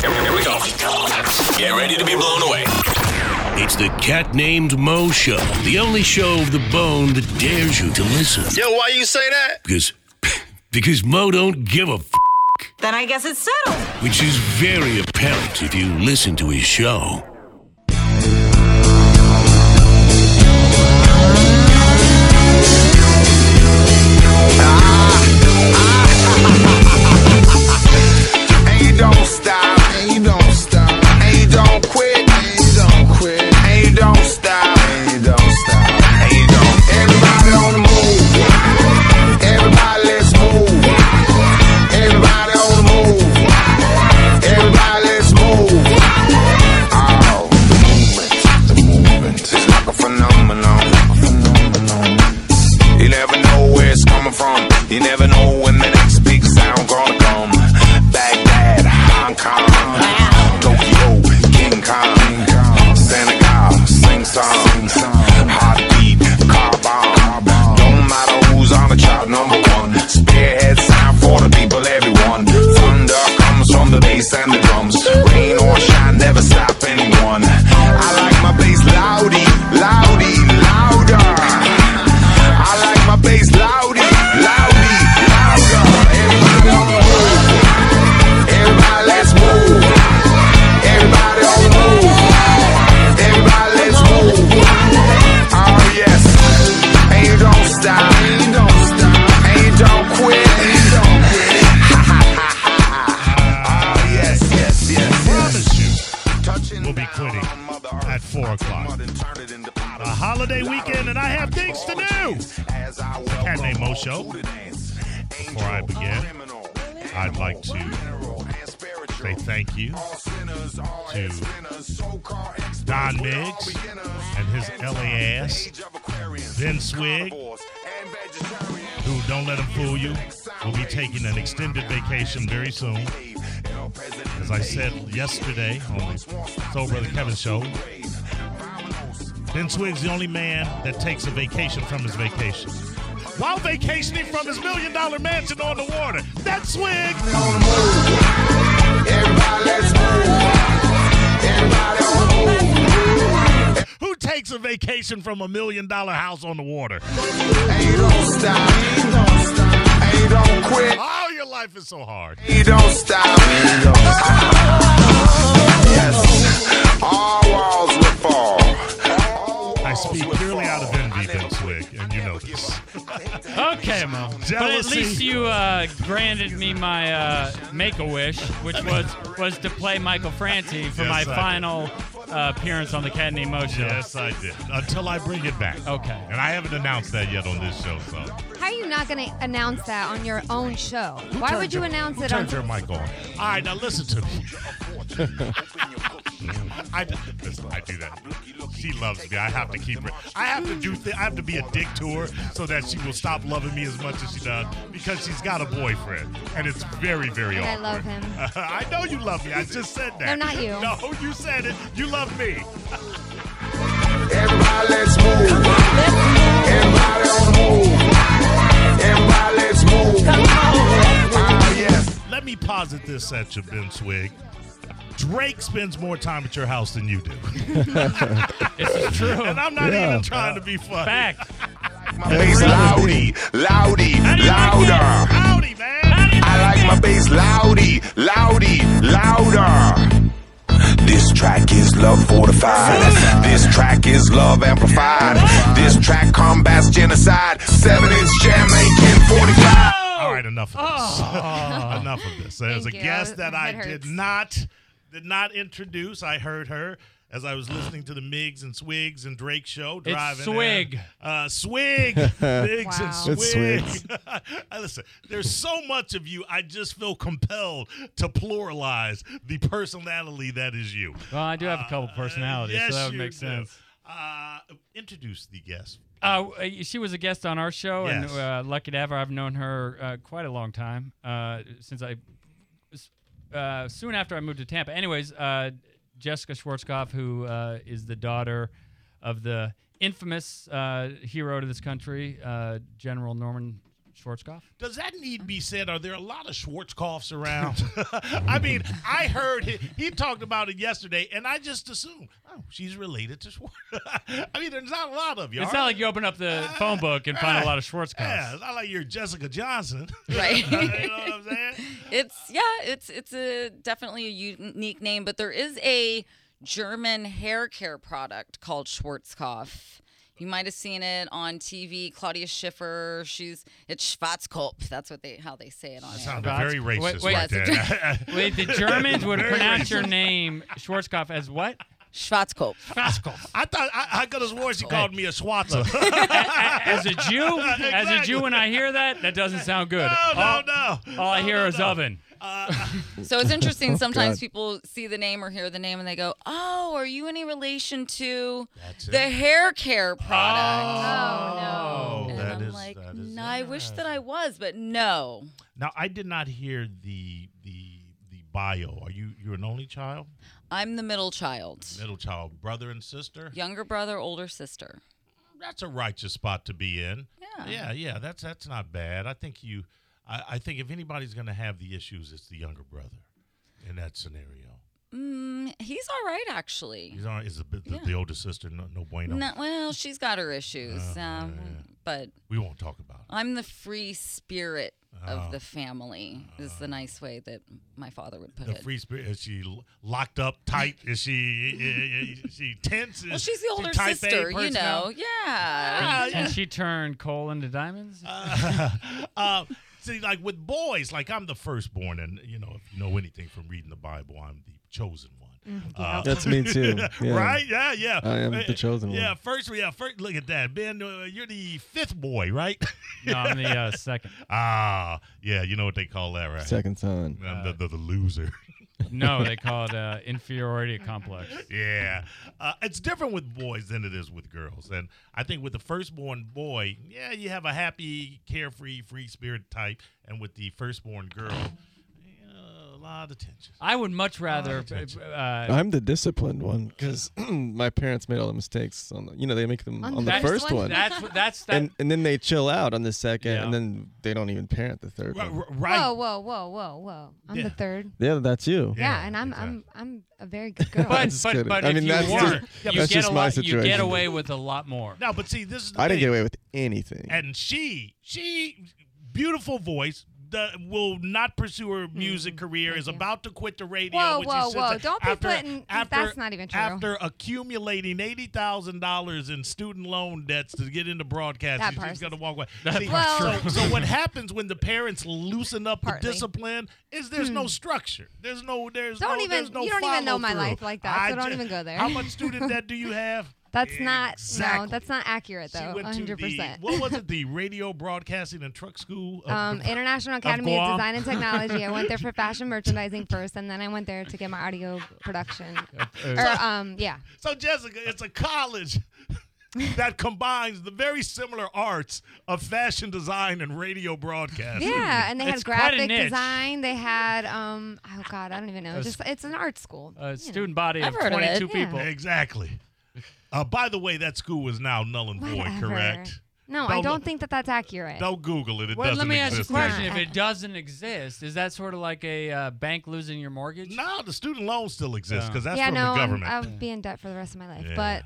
Here we go. Get ready to be blown away. It's the cat named Mo show, the only show of the bone that dares you to listen. Yo, why you say that? Because, because Mo don't give a f- Then I guess it's settled. which is very apparent if you listen to his show. And you don't stop. And you don't stop. And you don't quit. And you don't quit. And you don't stop. And you don't stop. And you don't. Everybody on the move. Everybody let's move. Everybody on the move. Everybody let's move. Oh, the movement. The movement. It's like a phenomenon. A phenomenon. You never know where it's coming from. You never know when the next big sound gonna come. Baghdad, Hong Kong, Tokyo, King Kong, Senegal, sing song, heartbeat, car bomb. Don't matter who's on the chart number one. Spearhead sound for the people, everyone. Thunder comes from the bass and the drums. Rain or shine, never stop anyone. I like my bass loudy, loudy, louder. I like my bass loudy, loudy, louder. Everybody on the move. Everybody let's move. Everybody on the move. Everybody let's move. Oh yes. And you don't stop. And you don't stop. And you don't quit. And you don't quit. oh yes, yes, yes, yes. promise you Touching We'll be down quitting on Mother Earth. at 4 o'clock. Mother turn it into A powder. holiday weekend, and I have things to do. As I Cat Named Mo welcome Show. all to the dance. Before I begin, I'd like to say thank you to Don Miggs and his LA ass, Vin Swig, who don't let him fool you, will be taking an extended vacation very soon. As I said yesterday on the Soul Brother Kevin show, Ben Swig's the only man that takes a vacation from his vacation. While vacationing from his million dollar mansion on the water, that's Swig. Everybody let's move. Everybody on the move. Who takes a vacation from a million dollar house on the water? And you don't stop. And you don't stop. And you don't quit. Oh, your life is so hard. And you don't stop. Yes. All walls will fall. All I walls speak will purely out of fall. envy, Ben Swig, and you know this. Okay, Mo. But at Jealousy. least you uh, granted me my uh, make a wish, which was was to play Michael Franti for Yes, I my did. final uh, appearance on the Cat Named Mo show. Yes, I did. Until I bring it back. Okay. And I haven't announced that yet on this show, so. How are you not going to announce that on your own show? Why would you announce who it on? turned your mic on? All right, now listen to me. I, listen, I do that. She loves me. I have to keep her. I have to do. Th- I have to be a dick to her so that she will stop loving me as much as she does because she's got a boyfriend and it's very, very And I awkward. love him. I know you love me. I just said that. No, not you. No, you said it. You love me. Everybody let's move. Everybody on the move. Everybody let's move. Ah, yes. Let me posit this at you, Ben Swig. Drake spends more time at your house than you do. This is true. And I'm not even trying to be funny. Fact. My bass loudy, loudy, How do you like louder. that? Howdy, man. I like my bass loudy, loudy, louder. This track is love fortified. This track is love amplified. This track combats genocide. Seven inch Jamaican 45. All Oh. right, enough of this. enough of this. There's Thank a you. guest that I It did hurts. not did not introduce. I heard her as I was listening to the Migs and Swigs and Drake show driving. there. Swig. Uh, swig. Migs Wow. and It's Swig. I Listen, there's so much of you, I just feel compelled to pluralize the personality that is you. Well, I do have a couple personalities, yes, Oh, so that would you make do. sense. Uh, introduce the guest. Uh, w- she was a guest on our show, Yes. and uh, lucky to have her. I've known her uh, quite a long time uh, since I, s- uh, soon after I moved to Tampa. Anyways, uh, Jessica Schwarzkopf, who uh, is the daughter of the infamous uh, hero to this country, uh, General Norman Schwarzkopf? Does that need to be said? Are there a lot of Schwarzkopfs around? I mean, I heard he, he talked about it yesterday, and I just assumed, oh, she's related to Schwartz. I mean, there's not a lot of you. It's are not like you open up the phone book and find a lot of Schwarzkopfs. there? yeah, it's not like you're Jessica Johnson. you Right. know what I'm saying? It's yeah, it's it's a definitely a unique name, but there is a German hair care product called Schwarzkopf. You might have seen it on TV. Claudia Schiffer, she's it's Schwarzkopf. That's what they how they say it on air. Sounded very Wait, racist wait. right there. Wait, the Germans would pronounce your name Schwarzkopf as what? Schwarzkopf. Schwarzkopf. I thought I, I could have sworn she called me a Schwarzer. As a Jew, as a Jew, when I hear that, that doesn't sound good. no, no, all, no. all I hear no, is no. Oh, oven. So it's interesting. Sometimes people see the name or hear the name and they go, "Oh, are you any relation to the hair care product?" Oh, Oh, and that I'm is- like, that is "No, I wish that I was, but no." Now I did not hear the the the bio. Are you you're an only child? I'm the middle child. Middle child, brother and sister? Younger brother, older sister. That's a righteous spot to be in. Yeah. Yeah, yeah, that's that's not bad. I think you I, I think if anybody's gonna have the issues, it's the younger brother in that scenario. Mm, he's all right, actually. He's on is the, the, the older sister no, no bueno. No, well, she's got her issues, Oh, um, but We won't talk about it. I'm the free spirit Oh. of the family. Is the nice way that my father would put The it. free spirit is she l- locked up tight? Is she is is she tense? well, she's the older type A Oh, sister, you personality? know. Yeah. And she turned coal into diamonds. uh, see, like with boys, like I'm the firstborn, and you know, if you know anything from reading the Bible, I'm the chosen one. Uh, That's me too. Yeah. Right? Yeah, yeah. Eh, I am the chosen yeah, one. first, yeah, first. Look at that, Ben. uh, You're the fifth boy, right? No, I'm the uh, second. ah, yeah. You know what they call that, right? Second son. I'm the, the, the loser. No, they call it uh, inferiority complex. yeah, uh, it's different with boys than it is with girls, and I think with the firstborn boy, yeah, you have a happy, carefree, free spirit type, and with the firstborn girl, yeah, a lot of tension. I would much rather. Uh, I'm the disciplined one because my parents made all the mistakes on the, you know they make them On on, the the first first one? one, that's that's that. and and then they chill out on the second, Yeah. and then they don't even parent the third Right, one. right. Whoa, whoa, whoa, whoa, whoa! I'm Yeah. the third. Yeah, that's you. Yeah, Yeah, and I'm exactly. I'm I'm a very good girl. but just but, kidding. but I if mean, you that's were, just- you that's get just a my lot. You get situation. away with a lot more. No, but see, this is. The I didn't thing. get away with anything. And she, she, beautiful voice. The, will not pursue her music career. Is Mm-hmm. you. about to quit the radio. Whoa, which whoa, is whoa. Don't be after, putting- after, that's not even true. After accumulating eighty thousand dollars in student loan debts to get into That broadcasting, part's- she's gonna walk away. See, part's Well- so, true. so what happens when the parents loosen up Partly. Hmm. the discipline? Is there's no structure. There's no. There's Don't no, even- There's no you don't even know my follow-through. life like that, I so don't ju- even go there. How much student debt do you have? that's not Exactly. no, that's not accurate She though. went to hundred the percent. what was it? The Radio Broadcasting and Truck School. uh, of- Um, International Academy of Guam. Design and Technology. I went there for fashion merchandising first, and then I went there to get my audio production. or um, yeah, so Jessica, it's a college that combines the very similar arts of fashion design and radio broadcasting. yeah, and they had It's quite a graphic niche. design. They had um, oh god, I don't even know. s- Just it's an art school. A student body I've of heard of it, 22 yeah. people. Exactly. Uh, by the way, that school is now null and void. Whatever. Correct. No, Don't I don't look- think that that's accurate. Don't Google it. It Well, doesn't let me ask you a exist. question. anymore. If it doesn't exist, is that sort of like a uh, bank losing your mortgage? No, the student loan still exists because that's yeah, from no, the I'm- government. I'll be in debt for the rest of my life. Yeah. But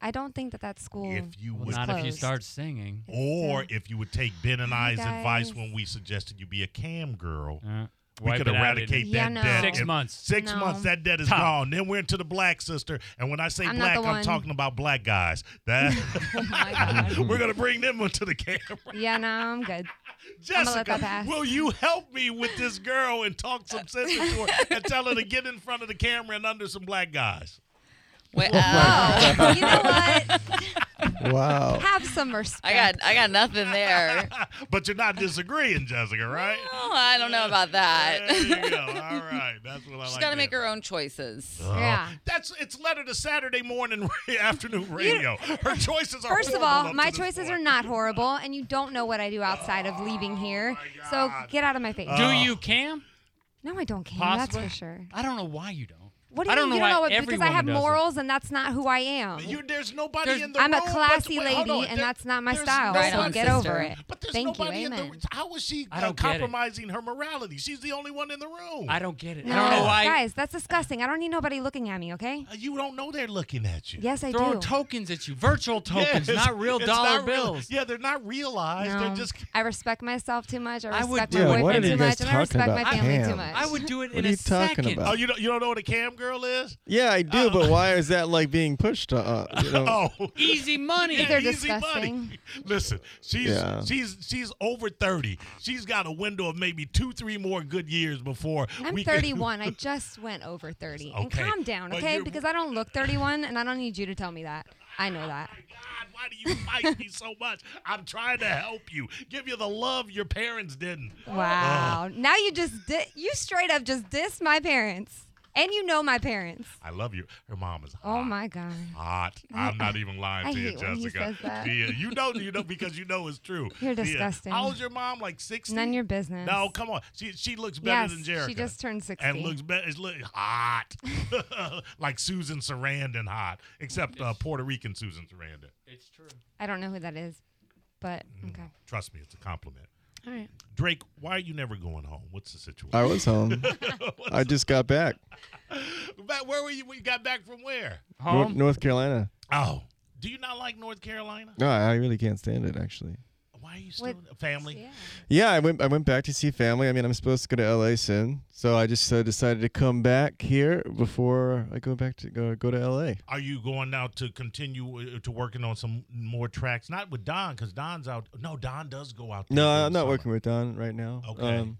I don't think that that school. if you Well, would not if you closed. start singing. Or if you would take Ben and I's advice guys. when we suggested you be a cam girl, Uh, we wipe could it out in eradicate Yeah, that no. debt. Six in- months. Six No. months, that debt is Top. gone. Then we're into the black sister. And when I say I'm not black, the I'm one. talking about black guys. That oh my god. We're going to bring them onto the camera. yeah, no, I'm good. gonna let that Jessica, pass. will you help me with this girl and talk some sense into her and tell her to get in front of the camera and under some black guys? Well, Oh, you know what? Wow. Have some respect. I got I got nothing there. But you're not disagreeing, Jessica, right? Oh, I don't know about There you that. go. All right. That's what I She's like. got there. to make her own choices. Uh-huh. Yeah. That's it's letter to Saturday morning afternoon radio. Her choices are First of horrible all, up my to this choices point. are not horrible, and you don't know what I do outside of leaving here. So God. get out of my face. Oh Uh, Do you cam? no, I don't care. That's possibly? for sure. I don't know why you don't. What do you I don't mean know you don't why know? what- Because I everyone have does it. morals, and that's not who I am. You, there's nobody There's- in the I'm a room, but- classy wait, hold lady, on. and There- that's not my there's style. Right so on, get sister. over it. But there's Thank you. nobody in Amen. the How is she I uh, don't get it. compromising her morality? She's the only one in the room. I don't get it. I No, don't know why. guys, that's disgusting. I don't need nobody looking at me. Okay? Uh, You don't know they're looking at you. Yes, I throwing do. tokens at you, virtual tokens, Yes, not real it's dollar not real- bills. Yeah, they're not realized. No. They're just I respect myself too much. I I would respect do it. my Yeah, what are boyfriend you too guys much, and I talking respect my about? family too Damn. much. I would do it in are a you talking second. Oh, about? you don't you don't know what a cam girl is? Yeah, I do, but why is that like being pushed to uh, you know? Oh. Easy money. Yeah, they're easy money. disgusting. Listen, she's Yeah. she's she's over thirty. She's got a window of maybe two, three more good years before I'm we can- 31. I just went over 30. And Okay. calm down, But okay? you're- Because I don't look 31, and I don't need you to tell me that. I know that. Oh, God, why do you fight me so much? I'm trying to help you, give you the love your parents didn't. Oh, Wow. Now you just di- you straight up just diss my parents, and you know my parents. I love you. Her mom is hot. Oh my god. Hot. I'm not even lying I to you, hate Jessica. when he says that. Yeah, you know, you know, because you know it's true. You're Yeah. disgusting. How old's your mom? Like 60? None of your business. No, come on. She she looks better Yes, than Jericho. she just turned 60. And looks better. It's look hot, like Susan Sarandon hot, except uh, Puerto Rican Susan Sarandon. It's true. I don't know who that is, but Mm-hmm. okay. Trust me, it's a compliment. All right. Drake, why are you never going home? What's the situation? I was home. I just got back. Back- where were you when you got back from where? North, Home. North Carolina. Oh, do you not like North Carolina? No, I I really can't stand it actually. Why are you still What- family? Yeah. Yeah, I went. I went back to see family. I mean, I'm supposed to go to LA soon, so I just uh, decided to come back here before I go back to go go to LA. Are you going now to continue uh, to working on some more tracks? Not with Don, because Don's out. No, Don does go out. There No, during I'm not summer. working with Don right now. Um, Okay.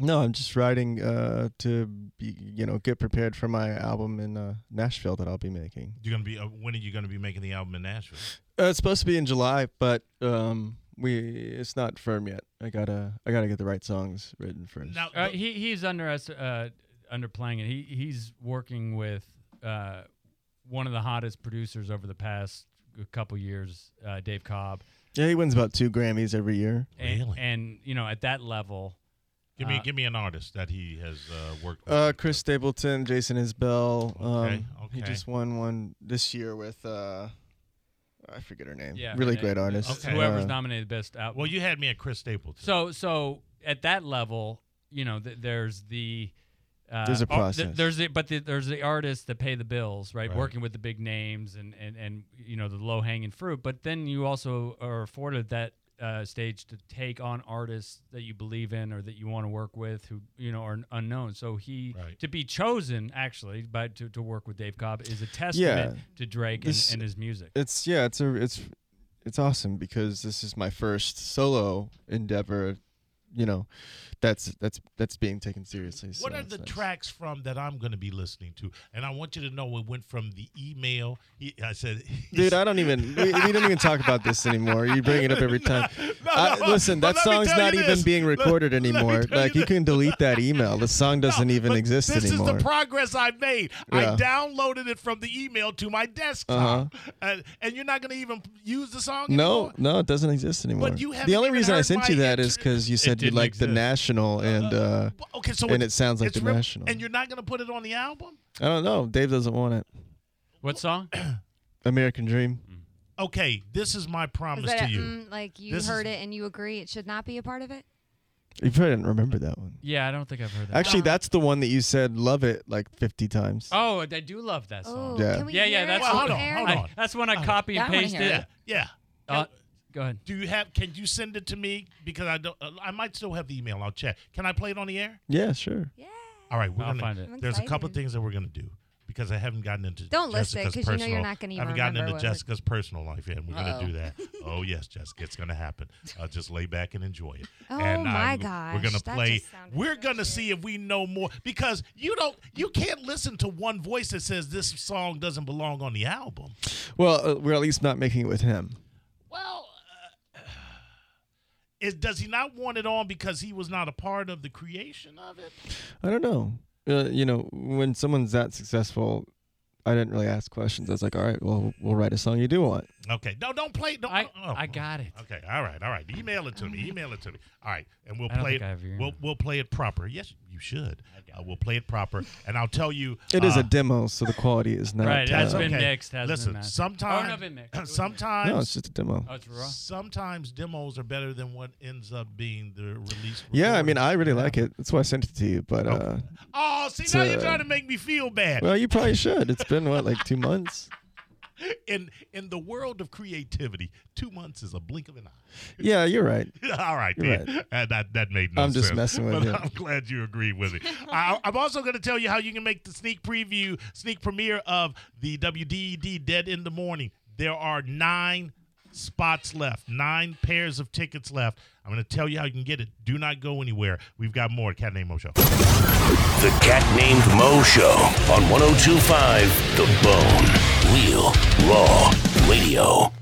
no, I'm just writing uh, to be, you know get prepared for my album in uh, Nashville that I'll be making. You're gonna be. Uh, when are you gonna be making the album in Nashville? Uh, it's supposed to be in July, but um, we it's not firm yet. I gotta I gotta get the right songs written first. Now, Uh, the- he he's under us uh, underplaying it. He he's working with uh, one of the hottest producers over the past couple years, uh, Dave Cobb. Yeah, he wins about two Grammys every year. And, Really? And you know, at that level, give me uh, give me an artist that he has uh, worked with. Uh, Chris Stapleton, Jason Isbell. Um, Okay, He okay. just won one this year with uh, I forget her name. yeah, really and- uh, great artist. Okay. Whoever's Uh, nominated best album. well, you had me at Chris Stapleton. So so at that level, you know, th- there's the uh, There's a ar- th- process. there's the, but the, there's the artists that pay the bills, right? Right. Working with the big names and and and you know the low hanging fruit. But then you also are afforded that uh, stage to take on artists that you believe in or that you want to work with, who you know are n- unknown. So he Right. to be chosen actually, by to, to work with Dave Cobb is a testament to Drake This- and, and his music. it's yeah, it's a it's it's awesome because this is my first solo endeavor. You know, that's that's that's being taken seriously. What so are it's the nice. tracks from that I'm going to be listening to? And I want you to know it went from the email. He, I said, Dude, I don't even. We, we don't even talk about this anymore. You bring it up every time. I- no, listen, but that let me song's tell not you even this. being Let- recorded let me anymore. tell you Like you this. can delete that email. The song doesn't No, even but exist this anymore. is the progress I've made. I Yeah. Uh-huh. downloaded it from the email to my desktop, and, and you're not going to even use the song. No, anymore? no, it doesn't exist anymore. you haven't the only even reason I heard sent you my that intro- is because you said you didn't like the exist. national, and uh, Well, Okay, so And it's- it sounds like it's the rip- National. And you're not going to put it on the album? I don't know. Dave doesn't want it. What song? American Dream. Okay, this is my Is promise that to a, you. mm, like you This is- heard it and you agree it should not be a part of it? You probably didn't remember that one. yeah, I don't think I've heard that. Actually, that's the one that you said "love it" like 50 times. oh, I do love that Oh, song. Yeah. can we Yeah, yeah, hear that's- it Well, hold on on, air? hold I- on. that's when I copy That and one pasted. here. yeah, yeah. Uh, go ahead. Do you have? Can you send it to me? Because I don't. Uh, I might still have the email. I'll check. Can I play it on the air? Yeah, sure. Yeah. All right, we're I'll gonna, find it. I'm There's a couple excited. things that we're gonna do because I haven't gotten into Don't list it, Jessica's 'cause you know you're personal- not gonna I even haven't gotten remember into what we're- Jessica's personal life yet. and We're Uh-oh. gonna do that. Oh yes, Jessica, it's gonna happen. Uh, just lay back and enjoy it. Oh, and my I'm- We're gonna gosh, that play. just sounded We're gonna see if we know more because you don't. You can't listen to one voice that says this song doesn't belong on the album. Well, uh, we're at least not making it with him. Well, uh, is does he not want it on because he was not a part of the creation of it? I don't know. Uh, you know, when someone's that successful, I didn't really ask questions. I was like, all right, well, we'll write a song you do want. Okay, no, don't play. Don't, I, oh. I got it. Okay, all right, all right. Email it to me. Email it to me. All right, and we'll I don't play think it. I have your We'll email. we'll play it proper. Yes, you You should. Uh, we'll play it proper, and I'll tell you. It is uh, a demo, so the quality is not. uh, Right, that's that's been okay. mixed. Hasn't Listen, it, Matt? sometime- Oh, not been mixed. It was mixed. sometimes no, it's just a demo. Oh, it's raw. sometimes demos are better than what ends up being the release. yeah, I mean, recordings. I really like it. That's why I sent it to you. But uh, Oh, see, It's, now you're uh, trying to make me feel bad. well, you probably should. It's been what like two months. in in the world of creativity, two months is a blink of an eye. Yeah, you're right. All right, You're then. Uh, that that made no I'm just sense, messing with but you. I'm glad you agree with me. I, I'm also going to tell you how you can make the sneak preview, sneak premiere of the WDED Dead in the Morning. There are nine spots left, nine pairs of tickets left. I'm going to tell you how you can get it. Do not go anywhere. We've got more at Cat Name Mo Show. The Cat Named Mo Show oh on 1025 The Bone. Real Raw Radio.